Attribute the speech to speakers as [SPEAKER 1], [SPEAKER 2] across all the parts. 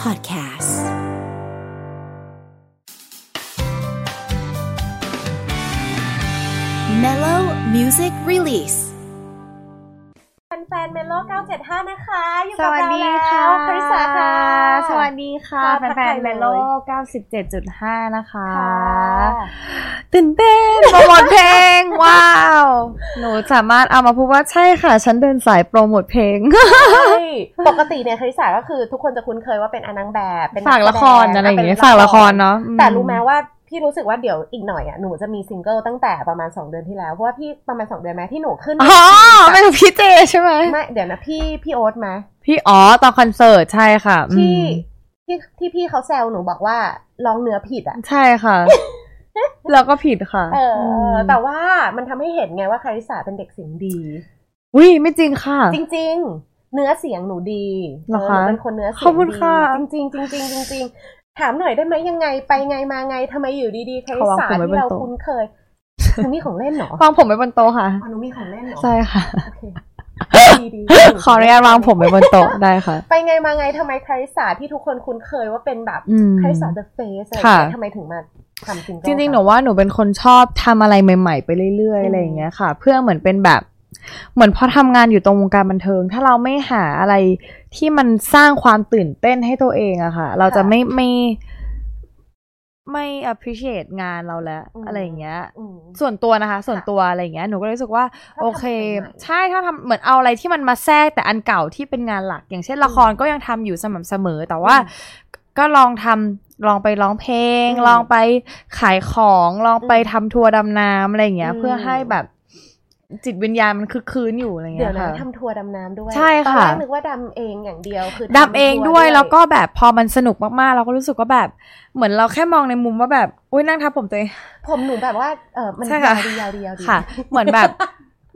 [SPEAKER 1] Podcast Mellow Music Release
[SPEAKER 2] แฟนๆเมโล975 นะคะ อยู่
[SPEAKER 3] ส
[SPEAKER 2] กับ
[SPEAKER 3] วัส
[SPEAKER 2] เรา
[SPEAKER 3] ดี
[SPEAKER 2] แล้ว
[SPEAKER 3] ค่ะ
[SPEAKER 2] คริสาค่ะ
[SPEAKER 3] สวัสดีค่ะ
[SPEAKER 2] ค่ะ
[SPEAKER 3] แฟนๆ
[SPEAKER 2] ทักทายเลย
[SPEAKER 3] เมโล97.5 นะคะ
[SPEAKER 2] ค่ะ
[SPEAKER 3] ตื่นเต้นโปรโมทเพลง ว้าว หนูสามารถเอามาพูดว่าใช่ค่ะ ฉันเดินสายโปรโมทเพลง
[SPEAKER 2] ใช่ปกติเนี่ยคริสาก็คือทุกคนจะคุ้นเคยว่าเป็นอนางแบบเป็นนั
[SPEAKER 3] ฝาก
[SPEAKER 2] แสด
[SPEAKER 3] ละครอะไรอย่างเงี้ย
[SPEAKER 2] ป็น
[SPEAKER 3] ฝากละครเนาะอื
[SPEAKER 2] แต่รู้ไหมว่าพี่รู้สึกว่าเดี๋ยวอีกหน่อยอ่ะหนูจะมีซิงเกิลตั้งแต่ประมาณ 2 เดือนที่แล้ว เพราะว่าพี่ประมาณ 2 เดือนไหมที่หนูขึ้น
[SPEAKER 3] อ๋อไม่กับพี่เจใช่ไหม
[SPEAKER 2] ไม่เดี๋ยวนะพี่พี่โอ๊ตไหม
[SPEAKER 3] พี่อ๋อตอนคอนเสิร์ตใช่ค่ะอืม
[SPEAKER 2] ที่ที่ที่พี่เขาแซวหนูบอกว่าร้องเนื้อผิดอ่ะ
[SPEAKER 3] ใช่ ค่ะ แล้วก็ผิดค่ะ
[SPEAKER 2] เออ
[SPEAKER 3] ม
[SPEAKER 2] อแต่ว่ามันทำให้เห็นไงว่าคาริสาเป็นเด็กเสียงดี
[SPEAKER 3] อุ้ยไม่จริงค่ะ
[SPEAKER 2] จริงๆ เนื้อเสียงหนูดี
[SPEAKER 3] เหรอ
[SPEAKER 2] ออห
[SPEAKER 3] คะ
[SPEAKER 2] นูเป็นคนเนื้อเสียง
[SPEAKER 3] ขอบคุณ
[SPEAKER 2] ดี
[SPEAKER 3] ค่ะ
[SPEAKER 2] จริงๆจริงๆจริงๆถามหน่อยได้ไหมยังไงไปไงมาไงทำไมอยู่ดีๆคาริ
[SPEAKER 3] เขาวาง
[SPEAKER 2] สา
[SPEAKER 3] ผมไว้บน
[SPEAKER 2] ที่เรา
[SPEAKER 3] โต๊ะ
[SPEAKER 2] คุ้นเคยหนูมีของเล่นเหร อ
[SPEAKER 3] วางผมไว้บนโต๊ะค่ะ
[SPEAKER 2] อ๋อหนูมีของเล่นเหรอ
[SPEAKER 3] ใช่ค่ะ
[SPEAKER 2] โอเคดีดีดี
[SPEAKER 3] ขออนุญาตวางผมไว้บนโต๊ะได้ค่ะ
[SPEAKER 2] ไปไงมาไงทำไมคาริสาที่ทุกคนคุ้นเคยว่าเป็นแบบ
[SPEAKER 3] อืม
[SPEAKER 2] คาริสาเดอะเฟสอะไรอย่างเงี้ย
[SPEAKER 3] ค่ะ
[SPEAKER 2] ทำไมถึงมาทำซิงเกิล
[SPEAKER 3] จริงๆ ห
[SPEAKER 2] คะ
[SPEAKER 3] นูว่าหนูเป็นคนชอบทำอะไรใหม่ ๆ ไปเรื่อย
[SPEAKER 2] อืม
[SPEAKER 3] ๆอะไรอย่างเงี้ยค่ะ เพื่อเหมือนเป็นแบบ เหมือนพอทำงานอยู่ตรงวงการบันเทิง ถ้าเราไม่หาอะไรที่มันสร้างความตื่นเต้นให้ตัวเองอะค่ะ เราจะ
[SPEAKER 2] ค่ะ
[SPEAKER 3] ไม่ไม่ไม่ appreciate งานเราแล้ว
[SPEAKER 2] อืม
[SPEAKER 3] อะไรอย่างเงี้ย
[SPEAKER 2] อืม
[SPEAKER 3] ส่วนตัวนะคะ ส่วน
[SPEAKER 2] ค่ะ
[SPEAKER 3] ตัวอะไรอย่างเงี้ยหนูก็รู้สึกว่า
[SPEAKER 2] ถ้า
[SPEAKER 3] โอเค
[SPEAKER 2] ทำอะไรใหม่
[SPEAKER 3] ใช่ถ้าทำเหมือนเอาอะไรที่มันมาแทรกแต่อันเก่าที่เป็นงานหลัก อย่างเช่นละครก็ยังทำอยู่สม่ำเสมอ แต่ว่า
[SPEAKER 2] อื
[SPEAKER 3] ก็ลองทำลองไปร้องเพลง
[SPEAKER 2] อืม
[SPEAKER 3] ลองไปขายของลองไป
[SPEAKER 2] อืม
[SPEAKER 3] ทำทัวร์ดำน้ำอะไรอย่างเงี้ย
[SPEAKER 2] อืม
[SPEAKER 3] เพื่อให้แบบจิตวิญญาณมันคึกคืนอยู่อะไร
[SPEAKER 2] เดี๋
[SPEAKER 3] เงี้
[SPEAKER 2] ยวยนะ
[SPEAKER 3] ค่ะ
[SPEAKER 2] ทำทัวร์ดำน้ำด้วย
[SPEAKER 3] ใช่
[SPEAKER 2] ตอน
[SPEAKER 3] ค่ะ
[SPEAKER 2] แรกนึกว่าดำเองอย่างเดียวคือทำ
[SPEAKER 3] ดับเอง
[SPEAKER 2] ทัร์
[SPEAKER 3] ด้วยแล้วก็แบบพอมันสนุกมากๆ เราก็รู้สึกว่าแบบเหมือนเราแค่มองในมุมว่าแบบอุ้ยนั่งทับผมตัวเอง
[SPEAKER 2] ผมหนูแบบว่าเออมัน
[SPEAKER 3] ใช่ค่ะ
[SPEAKER 2] ยาวดียาวดียาวดี
[SPEAKER 3] ค่ะ เหมือนแบบ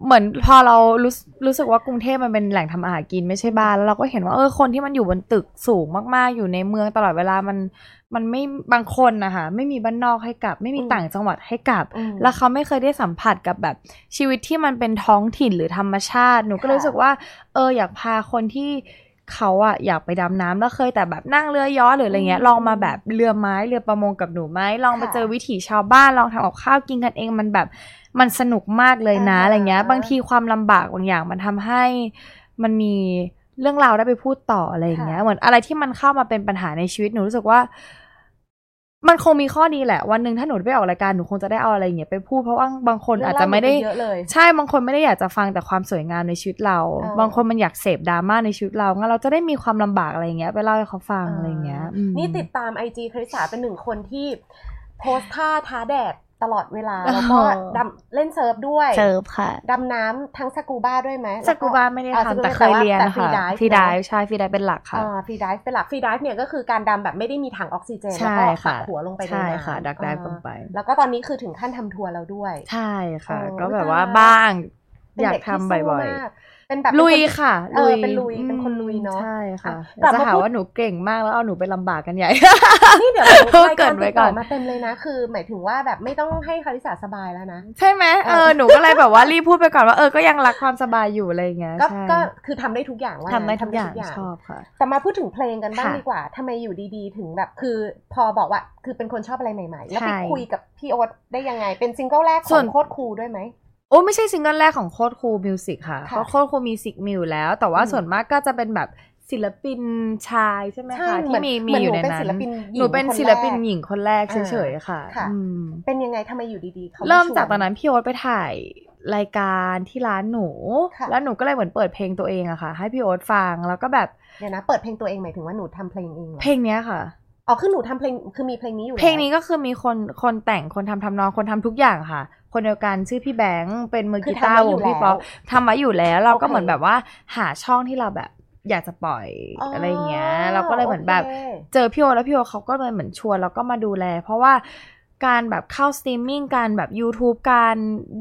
[SPEAKER 3] เหมือนพอเรารู้สึกรู้สึกว่ากรุงเทพมันเป็นแหล่งทำอาหารกินไม่ใช่บ้านแล้วเราก็เห็นว่าเออคนที่มันอยู่บนตึกสูงมากๆ อยู่ในเมืองตลอดเวลามันมันไม่บางคนนะคะไม่มีบ้านนอกให้กลับ ไม่มี
[SPEAKER 2] อืม
[SPEAKER 3] ต่างจังหวัดให้กลับ
[SPEAKER 2] อืม
[SPEAKER 3] แล้วเขาไม่เคยได้สัมผัสกับแบบชีวิตที่มันเป็นท้องถิ่นหรือธรรมชาติ หนูก็
[SPEAKER 2] ค่ะ
[SPEAKER 3] รู้สึกว่า เอออยากพาคนที่เขาอะอยากไปดำน้ำแล้วเคยแต่แบบนั่งเรือย้อหรืออะไรเงี้ย
[SPEAKER 2] อืม
[SPEAKER 3] ลองมาแบบเรือไม้เรือประมงกับหนูไหมลองไป
[SPEAKER 2] ค่ะ
[SPEAKER 3] เจอวิถีชาวบ้านลองทำกับข้าวกินกันเองมันแบบมันสนุกมากเลยนะ
[SPEAKER 2] อ่าฮะ
[SPEAKER 3] อะไรเงี้ย บางทีความลำบากบางอย่างมันทำให้มันมีเรื่องราวได้ไปพูดต่ออะไรอย่างเงี้ย เหมือนอะไรที่มันเข้ามาเป็นปัญหาในชีวิตหนูรู้สึกว่า มันคงมีข้อดีแหละ วันหนึ่งถ้าหนูได้ไปออกรายการหนูคงจะได้เอาอะไรอย่างเงี้ยไปพูดเพราะว่าบางคนอาจจะไม่ได้
[SPEAKER 2] เรื่องเล่ามันเยอะเลย
[SPEAKER 3] ใช่บางคนไม่ได้อยากจะฟังแต่ความสวยงามในชีวิตเรา
[SPEAKER 2] เออบ
[SPEAKER 3] างคนมันอยากเสพดราม่าในชีวิตเรางั้นเราจะได้มีความลำบากอะไรอย่างเงี้ยไปเล่าให้เขาฟัง
[SPEAKER 2] า
[SPEAKER 3] อะไรอย่างเงี้ยอืม
[SPEAKER 2] นี่ติดตามไอจีคริสาเป็นหนึ่งคนที่ โพสท่าท้าแดดตลอดเวลา
[SPEAKER 3] อ๋อ
[SPEAKER 2] แล้วก็ดำเล่นเซิร์ฟด้วย
[SPEAKER 3] เซิร์ฟค่ะ
[SPEAKER 2] ดำน้ำทั้งสกูบ้าด้วยไหม
[SPEAKER 3] สกูบา
[SPEAKER 2] แล้ว
[SPEAKER 3] ไม่ได้
[SPEAKER 2] อ่าสกูบา
[SPEAKER 3] ทำแต่เคยเรียน
[SPEAKER 2] แต่ฟ
[SPEAKER 3] ค่ะ
[SPEAKER 2] รีไดฟ์
[SPEAKER 3] ฟรีได
[SPEAKER 2] เน
[SPEAKER 3] ฟ์
[SPEAKER 2] อะ
[SPEAKER 3] ใช่ฟรีไดฟ์เป็นหลักค่ะ
[SPEAKER 2] ฟรีดิฟเป็นหลักฟรีดิฟเนี่ยก็คือการดำแบบไม่ได้มีถังออกซิเจน
[SPEAKER 3] ใช่
[SPEAKER 2] แล้วก็ปั
[SPEAKER 3] ค่ะ
[SPEAKER 2] กหัวลงไปใน
[SPEAKER 3] ใช่
[SPEAKER 2] น้ำ
[SPEAKER 3] ค่ะ ดักได้ลงไป
[SPEAKER 2] อ่าแล้วก็ตอนนี้คือถึงขั้นทำทัวร์แล้วด้วย
[SPEAKER 3] ใช่ค่ะ
[SPEAKER 2] เออ
[SPEAKER 3] ก็แบบว่า
[SPEAKER 2] ตาย
[SPEAKER 3] บ้าง
[SPEAKER 2] เป็น
[SPEAKER 3] อยาก
[SPEAKER 2] เด็
[SPEAKER 3] ทำ
[SPEAKER 2] สู้
[SPEAKER 3] บ่อย
[SPEAKER 2] มากเป็นแบบ
[SPEAKER 3] ๆ ลุย
[SPEAKER 2] เป็นน
[SPEAKER 3] ค่ะ
[SPEAKER 2] เออเป็นลุยเป็นคนลุยเนอะ
[SPEAKER 3] ใช่ค่ะ
[SPEAKER 2] อ่ะ
[SPEAKER 3] อยากจะ
[SPEAKER 2] กลับมา
[SPEAKER 3] หา
[SPEAKER 2] พูด
[SPEAKER 3] ว่าหนูเก่งมากแล้วเอาหนูไปลำบากกันใหญ่
[SPEAKER 2] นี่เดี๋ยวเรา
[SPEAKER 3] เออ
[SPEAKER 2] ราย
[SPEAKER 3] เกิ
[SPEAKER 2] การ
[SPEAKER 3] ดไว้
[SPEAKER 2] ติด
[SPEAKER 3] ก่
[SPEAKER 2] ต่
[SPEAKER 3] อ
[SPEAKER 2] อน มาเต็มเลยนะ คือ หมายถึงว่าแบบไม่ต้องให้คาริสาสบายแล้วนะ
[SPEAKER 3] ใช่ไหมเอ
[SPEAKER 2] เออ
[SPEAKER 3] อหนูก็เลยแบบว่ารีบพูดไปก่อนว่าเออก็ยังรักความสบายอยู่อะไรอย่างเงี้ย
[SPEAKER 2] ก็
[SPEAKER 3] ใช่
[SPEAKER 2] ก็คือทำได้ทุกอย่างว่า
[SPEAKER 3] ทำได้
[SPEAKER 2] งั้น
[SPEAKER 3] ทุกอย่างชอบค่ะ
[SPEAKER 2] แต่มาพูดถึงเพลงกันบ้าง
[SPEAKER 3] ค่ะ
[SPEAKER 2] ดีกว่าทำไมอยู่ดีๆ ถึงแบบคือพอบอกว่าคือเป็นคนชอบอะไรใหม่ๆ แล้วไป
[SPEAKER 3] ใช่
[SPEAKER 2] คุยกับพี่โอ๊ตได้ยังไง เป็นซิงเกิลแรกข
[SPEAKER 3] ส่
[SPEAKER 2] อ
[SPEAKER 3] วน
[SPEAKER 2] งโคตรคูลด้วยไหม
[SPEAKER 3] โอ้ไม่ใช่ซิงเกิลแรกของโคตรคูลมิวสิกค่ะ
[SPEAKER 2] ค่ะ
[SPEAKER 3] เพราะโคตรคูลมิวสิกมีอยู่แล้ว แต่ว่า
[SPEAKER 2] อืม
[SPEAKER 3] ส่วนมากก็จะเป็นแบบศิลปินชายใช่ไหมคะ
[SPEAKER 2] เห
[SPEAKER 3] ที่
[SPEAKER 2] น
[SPEAKER 3] มีมี
[SPEAKER 2] เหน
[SPEAKER 3] อยู่
[SPEAKER 2] ห
[SPEAKER 3] ใน
[SPEAKER 2] เป็น
[SPEAKER 3] นั้
[SPEAKER 2] ศิ
[SPEAKER 3] น
[SPEAKER 2] ลปินญิง
[SPEAKER 3] หนูเป็น
[SPEAKER 2] คแรก
[SPEAKER 3] ศิลปินหญิงคนแรกเฉยๆค่ะ
[SPEAKER 2] ค่ะ
[SPEAKER 3] อืม
[SPEAKER 2] เป็นยังไงทำไมอยู่ดีๆเขามา
[SPEAKER 3] เริ่มจาก
[SPEAKER 2] ชว
[SPEAKER 3] ตอนนั้นพี่โอ๊ตไปถ่ายรายการที่ร้านหนู
[SPEAKER 2] ค่ะ
[SPEAKER 3] แล้วหนูก็เลยเหมือนเปิดเพลงตัวเองอะค่ะ ให้พี่โอ๊ตฟังแล้วก็แบบ
[SPEAKER 2] เดี๋ยวนะเปิดเพลงตัวเองหมายถึงว่าหนูทำเพลงเองเหรอ
[SPEAKER 3] เพลงเนี้ยค่ะ
[SPEAKER 2] อ๋อคือหนูทำเพลงคือมีเพลงนี้อยู่
[SPEAKER 3] เพลงนี้
[SPEAKER 2] แ
[SPEAKER 3] ก็คือมีคนคนแต่งคนทำทำนองคนทำทุกอย่างค่ะ คนเดียวกันชื่อพี่แบงค์เป็นมือ
[SPEAKER 2] คือ
[SPEAKER 3] กีตาร์
[SPEAKER 2] ทำไว้อ
[SPEAKER 3] ว
[SPEAKER 2] ยู่
[SPEAKER 3] งพี่ป๊อปทำไว้อยู่แล้ว เราก็
[SPEAKER 2] โอเค
[SPEAKER 3] เหมือนแบบว่าหาช่องที่เราแบบอยากจะปล่อยอะไรอย่างเงี้ย เราก็เลยเหมือนแบบ
[SPEAKER 2] โค
[SPEAKER 3] เจอพี่โอแล้วพี่โอเขาก็เลยเหมือนชวนแล้วก็มาดูแล เพราะว่าการแบบเข้าสตรีมมิ่งการแบบ YouTube การ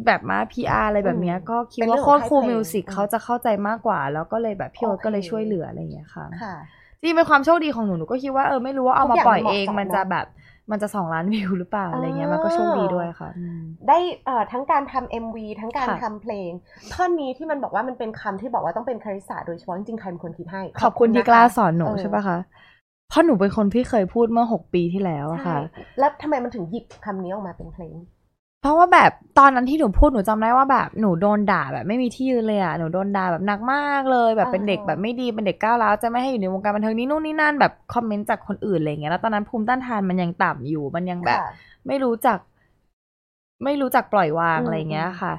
[SPEAKER 3] แบบมา PR อะไรแบบเนี้ย
[SPEAKER 2] อืม
[SPEAKER 3] ก็คิด
[SPEAKER 2] เป็น
[SPEAKER 3] ว่า
[SPEAKER 2] เรื่อง
[SPEAKER 3] โคตรคู
[SPEAKER 2] ของค่ายเพลง
[SPEAKER 3] มิวสิก
[SPEAKER 2] อืม
[SPEAKER 3] เขาจะเข้าใจมากกว่า แล้วก็เลยแบบพี่โอ
[SPEAKER 2] โอเค
[SPEAKER 3] ก็เลยช่วยเหลืออะไรอย่างเงี้ยค่ะ
[SPEAKER 2] ค่ะ
[SPEAKER 3] จริงๆเป็นความโชคดีของหนูหนูก็คิดว่าเออไม่รู้ว่าเอามาปล่อยเอง
[SPEAKER 2] ทุกอย่างเหมาะสม
[SPEAKER 3] มันจะแบบมันจะสองล้านวิวหรือเปล่าอะไรเงี้ย
[SPEAKER 2] อ๋อ
[SPEAKER 3] มันก็โชคดีด้วยค่ะอืม
[SPEAKER 2] ได้เอ่อทั้งการทำ MV ทั้งการ
[SPEAKER 3] ค่ะ
[SPEAKER 2] ทำเพลง ท่อนนี้ที่มันบอกว่ามันเป็นคำที่บอกว่าต้องเป็นคาริสาโดยเฉพาะจริงๆใครเป็นคนคิดให้
[SPEAKER 3] ขอบคุณที่
[SPEAKER 2] นะคะ
[SPEAKER 3] กล้าสอนหนู
[SPEAKER 2] เออ
[SPEAKER 3] ใช่ปะคะ เพราะหนูเป็นคนที่เคยพูดเมื่อหกปีที่แล้วอะ
[SPEAKER 2] ใช่
[SPEAKER 3] ค่ะ
[SPEAKER 2] แล้วทำไมมันถึงหยิบคำนี้ออกมาเป็นเพลง
[SPEAKER 3] เพราะว่าแบบตอนนั้นที่หนูพูดหนูจำได้ว่าแบบหนูโดนด่าแบบไม่มีที่ยืนเลยอะหนูโดนด่าแบบหนักมากเลย แบบเป็นเด็ก
[SPEAKER 2] อ่า
[SPEAKER 3] แบบไม่ดีเป็นเด็กก้าวร้าวจะไม่ให้อยู่ในวงการบันเทิงนี้นู่นนี่นั่นแบบคอมเมนต์จากคนอื่นอะไรอย่างเงี้ยแล้วตอนนั้นภูมิต้านทานมันยังต่ำอยู่มันยังแบบ
[SPEAKER 2] ค่ะ
[SPEAKER 3] ไม่รู้จัก ไม่รู้จักปล่อยวาง
[SPEAKER 2] อืม
[SPEAKER 3] อะไรอย่างเงี้ยค่ะ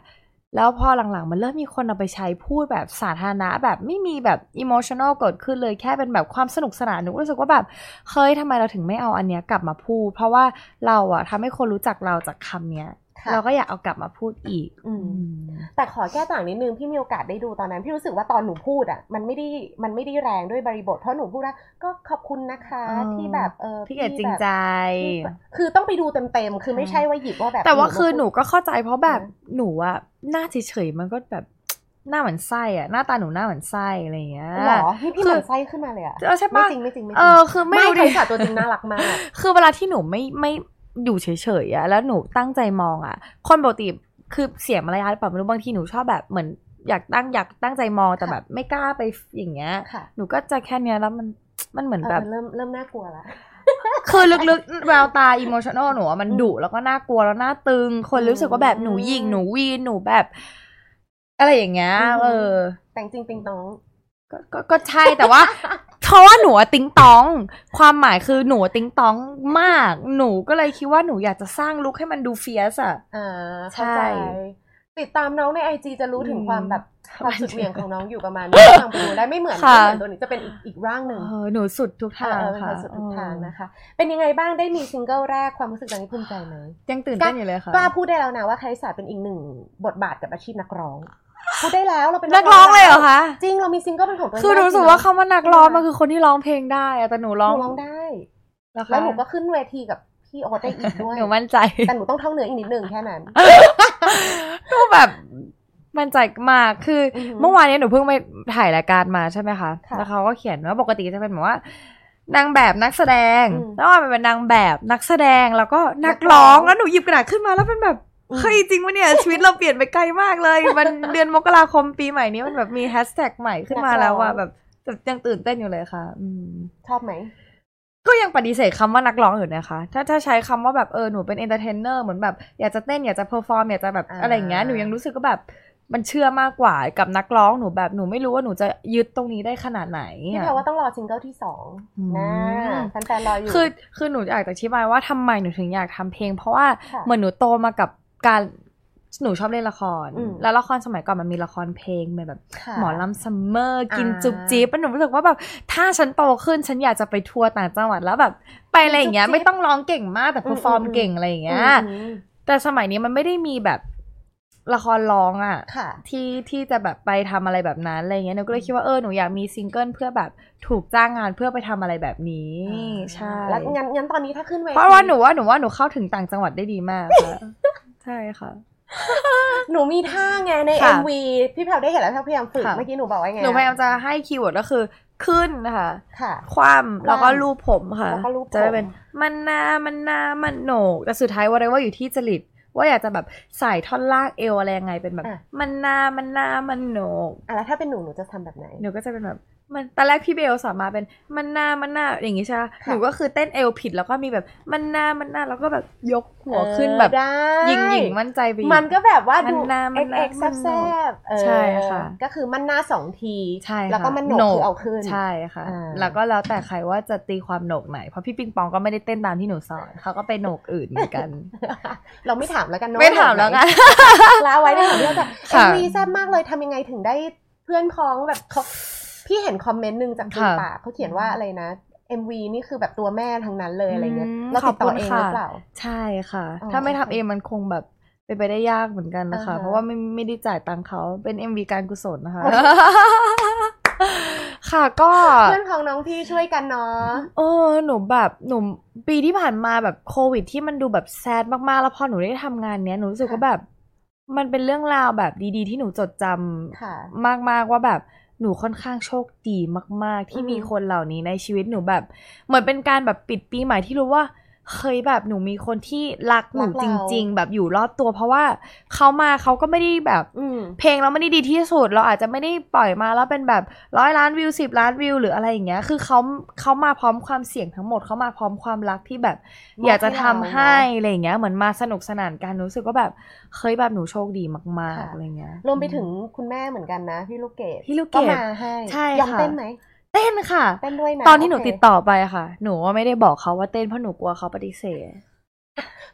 [SPEAKER 3] แล้วพอหลังๆ มันเริ่มมีคนเอาไปใช้พูดแบบสาธารณะ แบบไม่มีแบบอิโมชัน a ลเกิดขึ้นเลยแค่เป็นแบบความสนุกสนานหนูก็รู้สึกว่าแบบเฮ้ยทำไมเราถึงไม่เอาอันเนี้ยกลับมาพูด เพราะว่าเราอะทำให้คนรู้จักเราจากคำเนี้ย
[SPEAKER 2] ค่ะ
[SPEAKER 3] เราก็อยากเอากลับมาพูดอีก
[SPEAKER 2] อืม
[SPEAKER 3] อืม
[SPEAKER 2] แต่ขอแก้ต่างนิดนึงพี่มีโอกาสได้ดูตอนนั้น พี่รู้สึกว่าตอนหนูพูดอ่ะมันไม่ได้มันไม่ได้แรงด้วยบริบท เพราะหนูพูดว่าก็ขอบคุณนะคะ
[SPEAKER 3] เออ
[SPEAKER 2] ที่แบบเออ
[SPEAKER 3] พี่เกดจริงใจ
[SPEAKER 2] แบบคือต้องไปดูเต็มๆคือไม่ใช่ว่าหยิบว่าแบบ
[SPEAKER 3] แต่ว่าคือ
[SPEAKER 2] พูด
[SPEAKER 3] หนูก็เข้าใจเพราะแบบ
[SPEAKER 2] อืม
[SPEAKER 3] หนูอะหน้าเฉยๆมันก็แบบ หน้าเหมือนไส้อะหน้าตาหนูหน้าเหมือนไส้อะไรอย่างเงี้ย
[SPEAKER 2] หรอนี่พี่ห
[SPEAKER 3] คือ
[SPEAKER 2] มั่นไส้ขึ้นมาเลยอ่ะ
[SPEAKER 3] เออใช่
[SPEAKER 2] ไม่
[SPEAKER 3] ปะ
[SPEAKER 2] จริงไม่จริงไม่จ
[SPEAKER 3] เอ
[SPEAKER 2] ริง
[SPEAKER 3] อคือไม่
[SPEAKER 2] ไม่
[SPEAKER 3] รู้
[SPEAKER 2] ใคร
[SPEAKER 3] ดิ
[SPEAKER 2] สาวตัวจริงน่ารักมาก
[SPEAKER 3] คือเวลาที่หนูไม่ไม่อยู่เฉยๆอะแล้วหนูตั้งใจมองอะคนปกติคือเสียงมารยาทหรือเปล่าไม่รู้บางทีหนูชอบแบบเหมือนอยากตั้งอยากตั้งใจมองแต่
[SPEAKER 2] ค่ะ
[SPEAKER 3] แบบไม่กล้าไปอย่างเงี้ย
[SPEAKER 2] ค่ะ
[SPEAKER 3] หนูก็จะแค่เนี้ยแล้วมันมันเหมือน
[SPEAKER 2] เออ
[SPEAKER 3] แบบ
[SPEAKER 2] เริ่มเริ่มน่ากลัวละ
[SPEAKER 3] คือลึกๆแววตาอิโมชันอลหนูอะมัน
[SPEAKER 2] อืม
[SPEAKER 3] ดุแล้วก็น่ากลัวแล้วน่าตึง คนรู้สึกว่าแบบหนูหยิงหนูวีนหนูแบบ อะไรอย่างเงี้ย
[SPEAKER 2] อืม
[SPEAKER 3] เออ
[SPEAKER 2] แต่จริงๆติงตอง
[SPEAKER 3] ก็ก็ก็ใช่แต่ว่า เพราะว่าหนูอะติ๊งตอง ความหมายคือหนูอะติ๊งตองมาก หนูก็เลยคิดว่าหนูอยากจะสร้างลุคให้มันดูเฟียสอะ
[SPEAKER 2] อ่าเข้าใจ
[SPEAKER 3] ใช่
[SPEAKER 2] ติดตามน้องในไอจีจะรู้ถึง
[SPEAKER 3] อืม
[SPEAKER 2] ความแบบ
[SPEAKER 3] ประ
[SPEAKER 2] ความ
[SPEAKER 3] มาณ
[SPEAKER 2] สุดเหวี่ยงของน้องอยู่ประมาณนี้ฟังไปดูได้ไม่เหมือน
[SPEAKER 3] ค่ะ
[SPEAKER 2] ไม่เหมือนตัวนี้จะเป็นอีกอีกร่างหนึ่ง
[SPEAKER 3] เออหนูสุดทุกทาง
[SPEAKER 2] เออเป็นค
[SPEAKER 3] ค่ะ
[SPEAKER 2] วามสุดทุกทางนะคะ เป็นยังไงบ้างได้มีซิงเกิลแรกความรู้สึกตอนนี้ภูมิใจไหม
[SPEAKER 3] เออยังตื่นเต้นอยู่เลยค่ะ
[SPEAKER 2] กล้าพูดได้แล้วนะว่าคาริสาเป็นอีกหนึ่งบทบาทกับอาชีพนักร้ องพูดได้แล้วเราเป็น
[SPEAKER 3] นักร้องเลยเหรอคะ
[SPEAKER 2] จริงเรามีซิงเกิลเป็นของตัวเอง
[SPEAKER 3] คือหนู
[SPEAKER 2] ได้
[SPEAKER 3] รู้สึกว่า
[SPEAKER 2] จง
[SPEAKER 3] คำว่านักร้องมันคือคนที่ร้องเพลงได้อะแต่หนู
[SPEAKER 2] ห
[SPEAKER 3] ร้อง
[SPEAKER 2] นูร้องได้
[SPEAKER 3] เหรอคะ
[SPEAKER 2] แล้วหนูก็ขึ้นเวทีกับพี่โอ๊ตได้อีกด้วย
[SPEAKER 3] หนูมั่นใจ
[SPEAKER 2] แต่หนูต้องท่องเนื้ออีกนิดนึงแค่นั้น
[SPEAKER 3] ก็แบบมันใจมาก คืออ
[SPEAKER 2] อหือ
[SPEAKER 3] เมื่อวานเนี้ยหนูเพิ่งไปถ่ายรายการมาใช่ไหมคะ
[SPEAKER 2] ค่ะ
[SPEAKER 3] แล้วเขาก็เขียนว่าปกติจะเป็นแบบว่า นางแบบนักแสดง แล้วมันเป็นนางแบบนักแสดงแล้วก็นักร้อง แล้วหนูหยิบกระดาษขึ้นมาแล้วเป็นแบบ เฮ้ยจริงปะเนี่ย ชีวิตเราเปลี่ยนไปไกลมากเลย มันเดือนมกราคมปีใหม่นี้มันแบบมีแฮชแท็กใหม่ขึ้นมาแล้วว่าแบบแต่ยังตื่นเต้นอยู่เลยค่ะ อืม
[SPEAKER 2] ชอบไหม
[SPEAKER 3] ก็ยังปฏิเสธคำว่านักร้องอยู่นะคะ ถ้าถ้าใช้คำว่าแบบเออหนูเป็นเอนเตอร์เทนเนอร์เหมือนแบบอยากจะเต้นอยากจะเพอร์ฟอร์มอยากจะแบบ
[SPEAKER 2] อ่า
[SPEAKER 3] อะไรอย่างเงี้ยหนูยังรู้สึกก็แบบมันเชื่อมากกว่ากับนักร้องหนูแบบหนูไม่รู้ว่าหนูจะยึดตรงนี้ได้ขนาดไหน
[SPEAKER 2] พี่
[SPEAKER 3] อะ
[SPEAKER 2] แพรว่าต้องรอซิงเกิลที่สอง
[SPEAKER 3] อืม
[SPEAKER 2] นะแฟนๆรออยู่
[SPEAKER 3] คือคือหนูอยากจะอธิบายว่าทำไมหนูถึงอยากทำเพลง เพราะว่า
[SPEAKER 2] ค่ะ
[SPEAKER 3] เหมือนหนูโตมากับการหนูชอบเล่นละคร
[SPEAKER 2] อืม
[SPEAKER 3] แล้วละครสมัยก่อนมันมีละครเพลงเป็นแบบ
[SPEAKER 2] ค่ะ
[SPEAKER 3] หมอลำซัมเมอร์กิน
[SPEAKER 2] อ่า
[SPEAKER 3] จุบจิ๊บแล้วหนูรู้สึกว่าแบบถ้าฉันโตขึ้นฉันอยากจะไปทัวร์ต่างจังหวัดแล้วแบบ ไปอะไรอย่างเงี้ย
[SPEAKER 2] จุ๊บจิ๊
[SPEAKER 3] ไม่
[SPEAKER 2] บ
[SPEAKER 3] ต้องร้องเก่งมากแต่
[SPEAKER 2] อืม
[SPEAKER 3] เพอร์ฟอร์ม
[SPEAKER 2] อืม
[SPEAKER 3] เก่งอะไรอย่าง
[SPEAKER 2] อื
[SPEAKER 3] เงี้ย
[SPEAKER 2] ม
[SPEAKER 3] แต่สมัยนี้มันไม่ได้มีแบบละครร้องอ่ะ
[SPEAKER 2] ค่ะ
[SPEAKER 3] ที่ที่จะแบบไปทำอะไรแบบนั้นอะไรเงี้ยหนูก็เลยคิดว่าเออหนูอยากมีซิงเกิลเพื่อแบบถูกจ้างงานเพื่อไปทำอะไรแบบนี้ใช่
[SPEAKER 2] แล้วงั้นงั้นตอนนี้ถ้าขึ้นเวที
[SPEAKER 3] เพราะว่าหนูว่าหนูว่าหนูเข้าถึงต่างจังหวัดได้ดีมากค่ะ ใช่ค่ะ
[SPEAKER 2] หนูมีท่าไงใน
[SPEAKER 3] ค่ะ
[SPEAKER 2] MV พี่แพรวได้เห็นแล้วพี่แพรวพยายามฝึก
[SPEAKER 3] ค่ะ
[SPEAKER 2] เมื่อกี้หนูบอกว่าไง
[SPEAKER 3] หนูพยายามจะให้คีย์เวิร์ดก็คือขึ้นนะคะ
[SPEAKER 2] ค่ะ
[SPEAKER 3] คว่ำแล้วก็รูปผมค่ะ
[SPEAKER 2] แล้วก็รูปผม
[SPEAKER 3] จะได้เป็นมันนามันนามันโหนกแต่สุดท้ายว่าอะไรว่าอยู่ที่จริต ว่าอยากจะแบบใส่ท่อนล่างเอวอะไรยังไงเป็นแบบ
[SPEAKER 2] อ่ะ
[SPEAKER 3] มันนามันนามันโหนก
[SPEAKER 2] อ่ะแล้วถ้าเป็นหนูหนูจะทำแบบไหน
[SPEAKER 3] หนูก็จะเป็นแบบ มันตอนแรกพี่เบลสอนมาเป็นมันนามันนาอย่างงี้ใช่ไหม
[SPEAKER 2] ค่ะ
[SPEAKER 3] หนูก็คือเต้นเอวผิดแล้วก็มีแบบมันนามันนาแล้วก็แบบยกหัว
[SPEAKER 2] เออ
[SPEAKER 3] ขึ้นแบบ
[SPEAKER 2] ได้
[SPEAKER 3] ยิงยิงมั่นใจไปอีก
[SPEAKER 2] มันก็แบบว่าดู
[SPEAKER 3] มันหน้ามันหน้า
[SPEAKER 2] เอ็กซ์แซบแซบเออ
[SPEAKER 3] ใช่ค่ะ
[SPEAKER 2] ก็คือมันหน้าสองที
[SPEAKER 3] ใช่ค่ะ
[SPEAKER 2] แล้วก็มันโหน
[SPEAKER 3] โหน
[SPEAKER 2] กคือ
[SPEAKER 3] ก
[SPEAKER 2] เอาขึ้น
[SPEAKER 3] ใช่ค่ะ
[SPEAKER 2] อ่า
[SPEAKER 3] แล้วก็แล้วแต่ใครว่าจะตีความโหนกไหนเพราะพี่ปิงปองก็ไม่ได้เต้นตามที่หนูสอนเขาก็ไปโหนกอื่นเหมือนกัน
[SPEAKER 2] เราไม่ถามแล้วกันเนอะ
[SPEAKER 3] ไม่ถามแล้วกัน
[SPEAKER 2] ลาไว้ได้ของเรื่องแต่เอ็
[SPEAKER 3] ค่ะ
[SPEAKER 2] มวีแซ่บมากเลยทำยังไงถึงได้เพื่อนพ้องแบบเขาพี่เห็นคอมเมนต์หนึ่งจากคุณ
[SPEAKER 3] ค่ะ
[SPEAKER 2] ป่าเขาเขียนว่าอะไรนะ MV นี่คือแบบตัวแม่ทั้งนั้นเลยอะไรเงี้ย
[SPEAKER 3] อืม
[SPEAKER 2] เราติดต่
[SPEAKER 3] ขอบคุ
[SPEAKER 2] อ
[SPEAKER 3] ณ
[SPEAKER 2] เองห
[SPEAKER 3] ค่ะ
[SPEAKER 2] รือเปล่า
[SPEAKER 3] ใช่ค่ะ
[SPEAKER 2] อ๋อ
[SPEAKER 3] ถ้าไม่
[SPEAKER 2] โอ
[SPEAKER 3] ทำ
[SPEAKER 2] เค
[SPEAKER 3] เองมันคงแบบเป็นไปได้ยากเหมือนกันนะคะ
[SPEAKER 2] อ่าฮะ
[SPEAKER 3] เพราะว่าไม่ไม่ได้จ่ายตังค์เขาเป็น MV การกุศลนะคะ ค่ะก็
[SPEAKER 2] เพื่อนพ้องน้องพี่ช่วยกันเนาะ
[SPEAKER 3] เออหนูแบบหนูปีที่ผ่านมาแบบโควิดที่มันดูแบบแซดมากๆ แล้วพอหนูได้ทำงานเนี้ยหนูรู้สึก
[SPEAKER 2] ค่ะ
[SPEAKER 3] ว่าแบบ มันเป็นเรื่องราวแบบดีๆ ที่หนูจดจำ
[SPEAKER 2] ค่ะ
[SPEAKER 3] มากๆว่าแบบหนูค่อนข้างโชคดีมาก ๆ ที่
[SPEAKER 2] อือฮึ
[SPEAKER 3] มีคนเหล่านี้ในชีวิตหนูแบบ เหมือนเป็นการแบบปิดปีใหม่ที่รู้ว่า เคยแบบหนูมีคนที่รักหนู
[SPEAKER 2] รัก
[SPEAKER 3] จ
[SPEAKER 2] เรา
[SPEAKER 3] ริง ๆ แบบอยู่รอบตัว เพราะว่าเขามาเขาก็ไม่ได้แบบ
[SPEAKER 2] อืม
[SPEAKER 3] เพลงเราไม่ได้ดีที่สุด เราอาจจะไม่ได้ปล่อยมาแล้วเป็นแบบร้อยล้านวิวสิบล้านวิวหรืออะไรอย่างเงี้ย คือเขาเขามาพร้อมความเสี่ยงทั้งหมดเขามาพร้อมความรักที่แบบ
[SPEAKER 2] มอบให้
[SPEAKER 3] อยากจะทำให้
[SPEAKER 2] เราเนอะ
[SPEAKER 3] อะไรอย่างเงี้ย เหมือนมาสนุกสนานกันรู้สึกว่าแบบเคยแบบหนูโชคดีมาก
[SPEAKER 2] ค่ะ
[SPEAKER 3] ๆอะไรเงี้ย
[SPEAKER 2] รวมไปถึงคุณแม่เหมือนกันนะ พี่ลูกเกด
[SPEAKER 3] พี่ลูกเกด
[SPEAKER 2] ก็มาให้
[SPEAKER 3] ใช่
[SPEAKER 2] ยอม
[SPEAKER 3] ค่ะ
[SPEAKER 2] เต้นไหม
[SPEAKER 3] เต้นค่ะ
[SPEAKER 2] เต้นด้วยนะ
[SPEAKER 3] ตอนที่หนู
[SPEAKER 2] โเค
[SPEAKER 3] ติดต่อไปอะค่ะ หนูว่าไม่ได้บอกเขาว่าเต้นเพราะหนูกลัวเขาปฏิเสธ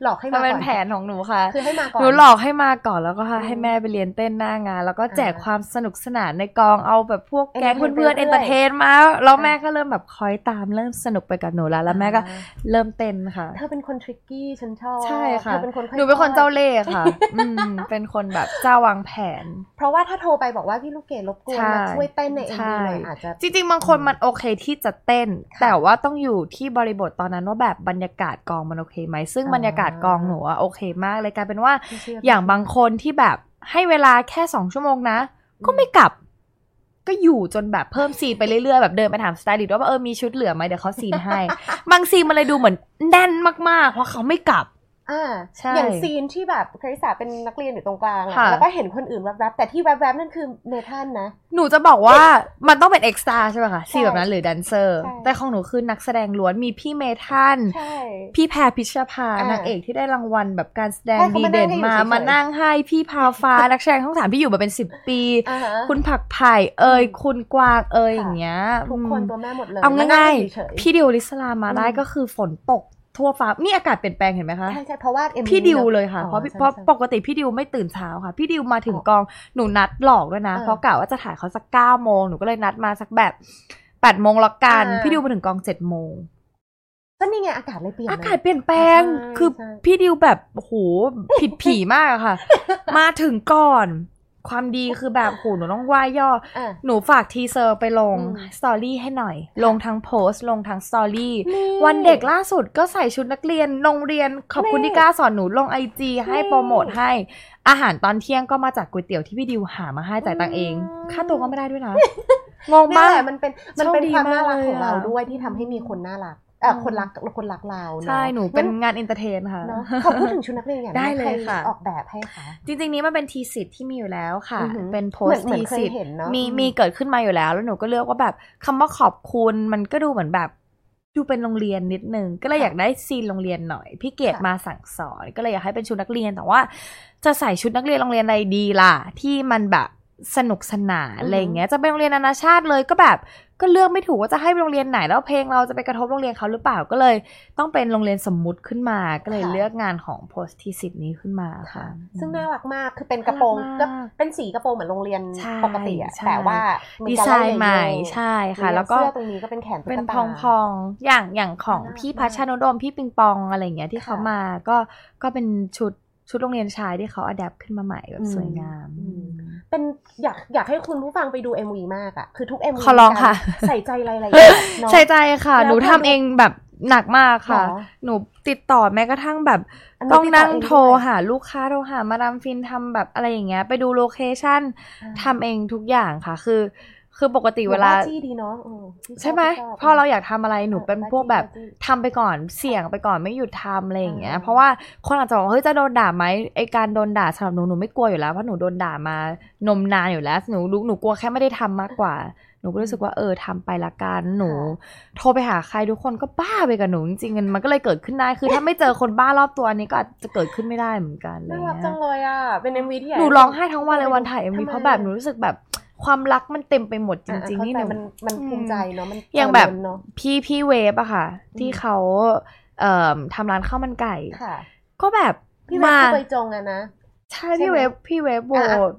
[SPEAKER 2] หลอกให้
[SPEAKER 3] มั
[SPEAKER 2] มาน
[SPEAKER 3] เป็น
[SPEAKER 2] ก่อ
[SPEAKER 3] แผนของหนูค่ะ
[SPEAKER 2] คือให้มาก่อน
[SPEAKER 3] หนูหลอกให้มาก่อนแล้วก็ให้
[SPEAKER 2] อืม
[SPEAKER 3] ให้แม่ไปเรียนเต้นหน้างาน แล้วก็แจก
[SPEAKER 2] อ่า
[SPEAKER 3] ความสนุกสนานในกองเอาแบบพวกแก๊ง
[SPEAKER 2] Entertain
[SPEAKER 3] เพื่อนๆ
[SPEAKER 2] ไปเรื่อย
[SPEAKER 3] เอนเตอร์เทนมาแล้ว
[SPEAKER 2] อ่า
[SPEAKER 3] แม่ก็เริ่มแบบคอยตามเริ่มสนุกไปกับหนูแล้วแล้วแม่ก็
[SPEAKER 2] อ่า
[SPEAKER 3] เริ่มเต้นค่ะ
[SPEAKER 2] เธอเป็นคนทริกกี้ฉันชอบ
[SPEAKER 3] ใช่ค่ะ
[SPEAKER 2] เธอเป็นคนอย
[SPEAKER 3] หนูเป็นคนเจ้า
[SPEAKER 2] ๆ
[SPEAKER 3] เล่ห์ค่ะ อืมเป็นคนแบบเจ้าวางแผน
[SPEAKER 2] เพราะว่าถ้าโทรไปบอกว่าพี่ลูกเกดรบกวนมา
[SPEAKER 3] ใช่
[SPEAKER 2] ช่วยเต้นในเอ็ม
[SPEAKER 3] ใช่
[SPEAKER 2] วีหน่อยอาจจะ
[SPEAKER 3] จริงๆ บางคนมันโอเคที่จะเต้น
[SPEAKER 2] ค่ะ
[SPEAKER 3] แต่ว่าต้องอยู่ที่บริบทตอนนั้นว่าแบบบรรยากาศกองมันโอเคไหม ซึ่ง
[SPEAKER 2] อ่า
[SPEAKER 3] บรรยากาศกองหนูอะโอเคมากเลยกลายเป็นว่า
[SPEAKER 2] ไม่เชื่
[SPEAKER 3] อย่างบางคนที่แบบให้เวลาแค่สองชั่วโมงนะ ก็ไม่กลับ ก็อยู่จนแบบเพิ่มซีนไปเรื่อยๆ แบบเดินไปถามสไตลิสต์ว่าเออมีชุดเหลือไหมเดี๋ยวเขาซีน ให้ บางซีนมันเลยดูเหมือนแน่นมากๆ เพราะเขาไม่กลับ
[SPEAKER 2] อ่า
[SPEAKER 3] ใช่
[SPEAKER 2] อย่างซีนที่แบบคาริสาเป็นนักเรียนอยู่ตรงกลางอะ
[SPEAKER 3] ค่ะ
[SPEAKER 2] แล้วก็เห็นคนอื่นแวบๆแต่ที่แวบๆนั่นคือเมทันนะ
[SPEAKER 3] หนูจะบอกว่ามันต้องเป็นเอ็กซ์ตาใช่ไหมคะซีนแบบนั้นหรือแดนเซอร์
[SPEAKER 2] ใช่
[SPEAKER 3] แต่ของหนูคือนักแสดงล้วนมีพี่เมทัน
[SPEAKER 2] ใช่
[SPEAKER 3] พี่แพรพิชภา
[SPEAKER 2] อ่าน
[SPEAKER 3] นางเอกที่ได้รางวัลแบบการแสดง
[SPEAKER 2] ให้เขามา
[SPEAKER 3] ดี
[SPEAKER 2] นั่
[SPEAKER 3] เด่
[SPEAKER 2] ง
[SPEAKER 3] น
[SPEAKER 2] ให้อยู่
[SPEAKER 3] มา
[SPEAKER 2] เฉยๆ
[SPEAKER 3] มานั่งให้พี่พาว ฟ้า นักแสดงทั้งสามที่อยู่มาเป็นสิบปี
[SPEAKER 2] อ่าฮะ
[SPEAKER 3] คุณผักไผ่เอ่ย
[SPEAKER 2] อืม
[SPEAKER 3] คุณกวางเอ่ย
[SPEAKER 2] ค่ะ
[SPEAKER 3] อย่างเงี้ย
[SPEAKER 2] ทุกคน
[SPEAKER 3] อืม
[SPEAKER 2] ตัวแม่หมดเลย
[SPEAKER 3] เอาง่าย
[SPEAKER 2] ๆเฉย
[SPEAKER 3] ๆ พี่ดิวอลิสลามาได้
[SPEAKER 2] อืม
[SPEAKER 3] ก็คือฝนตกทั่วฟ้านี่อากาศเปลี่ยนแปลงเห็นไหมคะ
[SPEAKER 2] ใช่ใช่เพราะว่า MV
[SPEAKER 3] พี่ดิวเลยค่ะ
[SPEAKER 2] อ๋อ
[SPEAKER 3] เพราะพี่
[SPEAKER 2] ใช่
[SPEAKER 3] เพราะ
[SPEAKER 2] ใช่
[SPEAKER 3] ปกติพี่ดิวไม่ตื่นเช้าค่ะ พี่ดิวมาถึงกองหนูนัดหลอกด้วยนะ
[SPEAKER 2] เออ
[SPEAKER 3] เพราะกะว่าจะถ่ายเขาสักเก้าโมงหนูก็เลยนัดมาสักแบบแปดโมงละกัน
[SPEAKER 2] อ่า
[SPEAKER 3] พี่ดิวมาถึงกองเจ็ดโมง
[SPEAKER 2] ก็นี่ไงอากาศเลยเปลี่ยน
[SPEAKER 3] อา
[SPEAKER 2] เลย
[SPEAKER 3] กาศเปลี่ยนแปลง
[SPEAKER 2] ใช่
[SPEAKER 3] คือ
[SPEAKER 2] ใช่
[SPEAKER 3] พี่ดิวแบบโอ้โหผิดผีมากอะ ค่ะ มาถึงก่อน ความดีคือแบบโหหนูต้องไหว่าย่อ
[SPEAKER 2] อ่ะ
[SPEAKER 3] หนูฝากทีเซอร์ไปลง
[SPEAKER 2] อืม
[SPEAKER 3] สตอรี่ให้หน่อย ลงทั้งโพสต์ ลงทั้งสตอรี่
[SPEAKER 2] นี่
[SPEAKER 3] วันเด็กล่าสุดก็ใส่ชุดนักเรียน โรงเรียน ขอบคุณ
[SPEAKER 2] นี่
[SPEAKER 3] ที่กล้าสอนหนูลงไอจีให้
[SPEAKER 2] นี่
[SPEAKER 3] โปรโมทให้ อาหารตอนเที่ยงก็มาจากก๋วยเตี๋ยวที่พี่ดิวหามาให้จ่ายตังค์เอง
[SPEAKER 2] อืม
[SPEAKER 3] ค่าตัวก็ไม่ได้ ด้วยนะ งง
[SPEAKER 2] นี่
[SPEAKER 3] มาก
[SPEAKER 2] แหละมันเป็นมันเป็น
[SPEAKER 3] โชคดี
[SPEAKER 2] ความน่ารัก
[SPEAKER 3] มากเลย
[SPEAKER 2] ของเรา
[SPEAKER 3] อะ
[SPEAKER 2] ด้วยที่ทำให้มีคนน่ารักเอ่ออ
[SPEAKER 3] ม
[SPEAKER 2] คนรักคนรักเราเอะ
[SPEAKER 3] ใช่หนูเป็น
[SPEAKER 2] งั้
[SPEAKER 3] งานเอนเตอร์เทนค่ะ
[SPEAKER 2] เนอะขอพูดถึงชุดนักเรียนอย่างนี้
[SPEAKER 3] ได้เลย
[SPEAKER 2] ใคร
[SPEAKER 3] ค่ะ
[SPEAKER 2] ออกแบบให้คะ
[SPEAKER 3] จริงๆนี้มันเป็นทีสิทธิ์ที่มีอยู่แล้วค่ะ
[SPEAKER 2] อือหือ
[SPEAKER 3] เป็นโพสต์
[SPEAKER 2] เหมือนเหมือน
[SPEAKER 3] ที
[SPEAKER 2] เคย
[SPEAKER 3] สิทธิ์
[SPEAKER 2] เห็นเนอะ
[SPEAKER 3] มี
[SPEAKER 2] อืม
[SPEAKER 3] มีเกิดขึ้นมาอยู่แล้ว แล้วหนูก็เลือกว่าแบบคำว่าขอบคุณมันก็ดูเหมือนแบบดูเป็นโรงเรียนนิดนึง ก็เลย
[SPEAKER 2] ค่ะ
[SPEAKER 3] อยากได้ซีนโรงเรียนหน่อย พี่เกด
[SPEAKER 2] ค่ะ
[SPEAKER 3] มาสั่งสอน ก็เลยอยากให้เป็นชุดนักเรียนแต่ว่า จะใส่ชุดนักเรียนโรงเรียนอะไรดีล่ะ ที่มันแบบสนุกสนาน
[SPEAKER 2] อือหืออ
[SPEAKER 3] อะไรอย่างเงี้ยจะเป็นโรงเรียนนานาชาติเลยก็แบบก็เลือกไม่ถูกว่าจะให้โรงเรียนไหนแล้วเพลงเราจะไปกระทบโรงเรียนเขาหรือเปล่าก็เลย ต้องเป็นโรงเรียนสมมุติขึ้นมาก็เลยเลือกงานของโพสทีสิทธิ์นี้ขึ้นมาค่ะ
[SPEAKER 2] ซึ่งน่ารักมาก คือเป็นกระโปรง
[SPEAKER 3] น่ารัก
[SPEAKER 2] ก็
[SPEAKER 3] มาก
[SPEAKER 2] เป็นสีกระโปรงเหมือนโรงเรียน
[SPEAKER 3] ใช่
[SPEAKER 2] ปกติอะ
[SPEAKER 3] ใช่
[SPEAKER 2] แต่ว่ามี
[SPEAKER 3] ดี
[SPEAKER 2] การ
[SPEAKER 3] ไซ
[SPEAKER 2] ไล่เลเยอร์
[SPEAKER 3] น์ใหม่ใช่ค่ะ
[SPEAKER 2] มี
[SPEAKER 3] แล้วก็
[SPEAKER 2] เสื้อตรงนี้ก็เป็นแขนตุ๊
[SPEAKER 3] เป็
[SPEAKER 2] ก
[SPEAKER 3] น
[SPEAKER 2] ตา
[SPEAKER 3] พองพองๆอย่างอย่างของ
[SPEAKER 2] น่ารัก
[SPEAKER 3] พี่
[SPEAKER 2] มาก
[SPEAKER 3] พัชชานดมพี่ปิงปองอะไรอย่างเงี้ยที่เขา
[SPEAKER 2] ค่ะ
[SPEAKER 3] มาก็ก็เป็นชุดชุดโรงเรียนชายที่เขาอัดแอปขึ้นมาใหม่แบบสวยงาม
[SPEAKER 2] อืมเป็นอยากอยากให้คุณผู้ฟังไปดู MV มากอะคือทุก MV
[SPEAKER 3] ขอลองค่ะ
[SPEAKER 2] ใส่ใจรายละเอียดเนอะ
[SPEAKER 3] ใช่ใจค่ะ
[SPEAKER 2] แล้ว
[SPEAKER 3] หนูทำเองแบบหนักมากค่ะ
[SPEAKER 2] หรอ
[SPEAKER 3] หนูติดต่อแม้กระทั่งแบบ
[SPEAKER 2] อันนี้
[SPEAKER 3] ต้องนั่ง
[SPEAKER 2] ติดต่อเองด้วย
[SPEAKER 3] โทรหาลูกค้าโทรหามาดามฟินทำแบบอะไรอย่างเงี้ยไปดูโลเคชั่น ทำเองทุกอย่างค่ะ คือ คือปกติ
[SPEAKER 2] หนู
[SPEAKER 3] เวลา
[SPEAKER 2] จี้ดีเนาะอืมพี่อบ
[SPEAKER 3] ใช่ไหม
[SPEAKER 2] พี่ชบ
[SPEAKER 3] พอเราอยากทำอะไรหนู
[SPEAKER 2] เออ
[SPEAKER 3] เป็น
[SPEAKER 2] บ้าจี้
[SPEAKER 3] พวกแบบ
[SPEAKER 2] บ้าจี้
[SPEAKER 3] ทำไปก่อนเสี่ยงไปก่อนไม่หยุดทำอะไรอย่างเงี้ย
[SPEAKER 2] อ่า
[SPEAKER 3] เพราะว่าคนอาจจะบอกว่าเฮ้ยจะโดนด่าไหมไอการโดนด่าสำหรับหนูหนูไม่กลัวอยู่แล้วเพราะหนูโดนด่ามานมนานอยู่แล้วหนูรู้หนูกลัวแค่ไม่ได้ทำมากกว่า หนูก็รู้สึกว่าเออทำไปละกันหนู โทรไปหาใครทุกคนก็บ้าไปกับหนูจริงๆมันก็เลยเกิดขึ้นได้คือถ้าไม่เจอคนบ้ารอบตัวอันนี้ก็อาจจะเกิดขึ้นไม่ได้เหมือนกันอะไรอ
[SPEAKER 2] น่า
[SPEAKER 3] ย่าง
[SPEAKER 2] รัก
[SPEAKER 3] เงี้ย
[SPEAKER 2] จังเลยอ่ะ เป็น MV ที่ยาก
[SPEAKER 3] หนูร้องไห้ทั้งวันเลยวันถ่ายเอ็มวี
[SPEAKER 2] ทำไม
[SPEAKER 3] เพราะแบบหนูรู้สึกแบบความรักมันเต็มไปหมดจ
[SPEAKER 2] อ่ะ
[SPEAKER 3] ริง ๆ
[SPEAKER 2] เข้า
[SPEAKER 3] นี่
[SPEAKER 2] ใจ
[SPEAKER 3] หนู
[SPEAKER 2] มันมันภูมิใจเนาะมัน
[SPEAKER 3] อย่างแบบ
[SPEAKER 2] เติมเนอะ
[SPEAKER 3] พี่พี่เวฟอะค่ะ
[SPEAKER 2] อืม
[SPEAKER 3] ที่เขาเอ่อทำร้านข้าวมันไก่
[SPEAKER 2] ค่ะ
[SPEAKER 3] ก็แบบ
[SPEAKER 2] พี่เวฟ
[SPEAKER 3] มา
[SPEAKER 2] คือไปจงอะนะ
[SPEAKER 3] ใช่
[SPEAKER 2] ใช่
[SPEAKER 3] พี่
[SPEAKER 2] ไหม
[SPEAKER 3] เวฟพี่เวฟโบ
[SPEAKER 2] อ่ะอ่ะ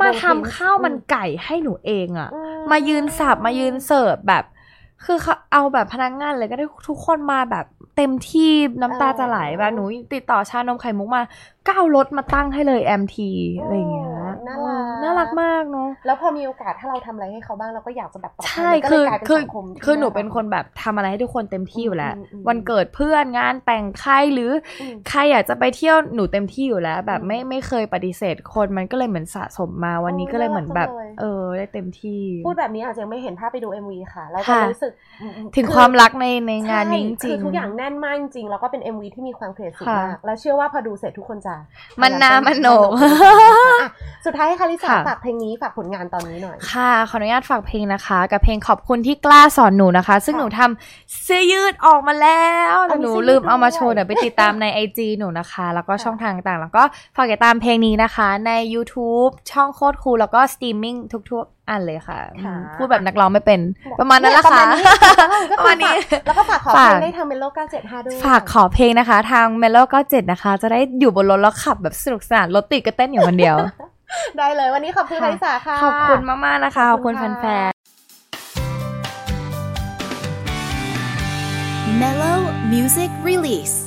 [SPEAKER 3] มา
[SPEAKER 2] โบทิ้ง
[SPEAKER 3] ทำข้าวมันไก่ให้หนูเองอะ
[SPEAKER 2] อื
[SPEAKER 3] มายืนสับมายืนเสิร์ฟแบบ คือเขาเอาแบบพนักงานเลยก็ได้ทุกคนมาแบบเต็มที่น้ำตาจะไหลแบบหนูติดต่อชานมไข่มุกมาก้าวรถมาตั้งให้เลยแอมทีอะไรอย่างเงี้ย
[SPEAKER 2] น่า
[SPEAKER 3] เอ
[SPEAKER 2] รัก
[SPEAKER 3] อน่ารักมากเนาะ
[SPEAKER 2] แล้วพอมีโอกาสถ้าเราทำอะไรให้เขาบ้างเราก็อยากจะแบบตอบแทน
[SPEAKER 3] ใช่
[SPEAKER 2] มันก็เล
[SPEAKER 3] คื
[SPEAKER 2] ย
[SPEAKER 3] อก
[SPEAKER 2] ลายเป็น
[SPEAKER 3] คือ
[SPEAKER 2] สังมที่
[SPEAKER 3] คือหนู
[SPEAKER 2] ารัก
[SPEAKER 3] เป็นคนแบบทำอะไรให้ทุกคนเต็มที่อยู่แล้ว
[SPEAKER 2] อืมอืมอืม
[SPEAKER 3] วันเกิดเพื่อนงานแต่งใครหรืออ
[SPEAKER 2] อืม
[SPEAKER 3] ใครอยากจะไปเที่ยวหนูเต็มที่อยู่แล้ว แบบ
[SPEAKER 2] อืม
[SPEAKER 3] ไม่ไม่เคยปฏิเสธคนมันก็เลยเหมือนสะสมมาวันนี้
[SPEAKER 2] โอ้
[SPEAKER 3] ก็เลยเหมือนแบบ
[SPEAKER 2] น่ารักจังเลย
[SPEAKER 3] เออได้เต็มที่
[SPEAKER 2] พูดแบบนี้อาจจะยังไม่เห็นภาพไปดู MV ค่ะ แล้วจะ
[SPEAKER 3] ค่ะ
[SPEAKER 2] รู้สึกอืมอื
[SPEAKER 3] ถึง
[SPEAKER 2] อ
[SPEAKER 3] ความรักในในงาน
[SPEAKER 2] ใช่
[SPEAKER 3] นี้จ
[SPEAKER 2] คื
[SPEAKER 3] ริง
[SPEAKER 2] อทุกอย่างแน่นมากจริงๆแล้วก็เป็น MV ที่มีความครีเอทีฟ
[SPEAKER 3] ค่ะ
[SPEAKER 2] มากแล้วเชื่อว่าพอดูเสร็จทุกคนจะ
[SPEAKER 3] มันน่า
[SPEAKER 2] พยย
[SPEAKER 3] มันโหนก
[SPEAKER 2] จะอ่ะสุดท้ายให้คาริสา
[SPEAKER 3] ค่ะ
[SPEAKER 2] ฝากเพลงนี้ฝากผลงานตอนนี้หน่อย
[SPEAKER 3] ค่ะ ขออนุญาตฝากเพลงนะคะ กับเพลงขอบคุณที่กล้าสอนหนูนะคะ ซึ่งหนูทำเสื้อยืดออกมาแล้วแต่หนูลืมเอามาโชว์เดี๋ยวไปติดตาม ใน IG หนูนะคะ แล้วก็ช่องทางต่างๆ แล้วก็ฝากติดตามเพลงนี้นะคะ ใน YouTube ช่องโคตรคูลแล้วก็สตรีมมิ่งทุกๆ อันเลยค่ะ
[SPEAKER 2] ค่ะ
[SPEAKER 3] อืมพูดแบบนักร้องไม่เป็นประมาณนั้นละค่ะ
[SPEAKER 2] เนี่ยประ ระมาณ
[SPEAKER 3] ปมาณนี้
[SPEAKER 2] นี้ก็คือฝากแล้วก็ฝากขอเพลงได้ทางเมโล975 ด้วย
[SPEAKER 3] ฝากขอเพลงนะคะ ทาง m e l o 97นะคะ จะได้อยู่บนรถแล้วขับแบบสนุกสนานรถติดก็เต้นอยู่คนเดียว
[SPEAKER 2] ได้เลยวันนี้ขอบคุณคาริสาค่ะ
[SPEAKER 3] ขอบ คุณมากๆนะคะขอบคุณแฟนๆ
[SPEAKER 1] Mellow Music Release.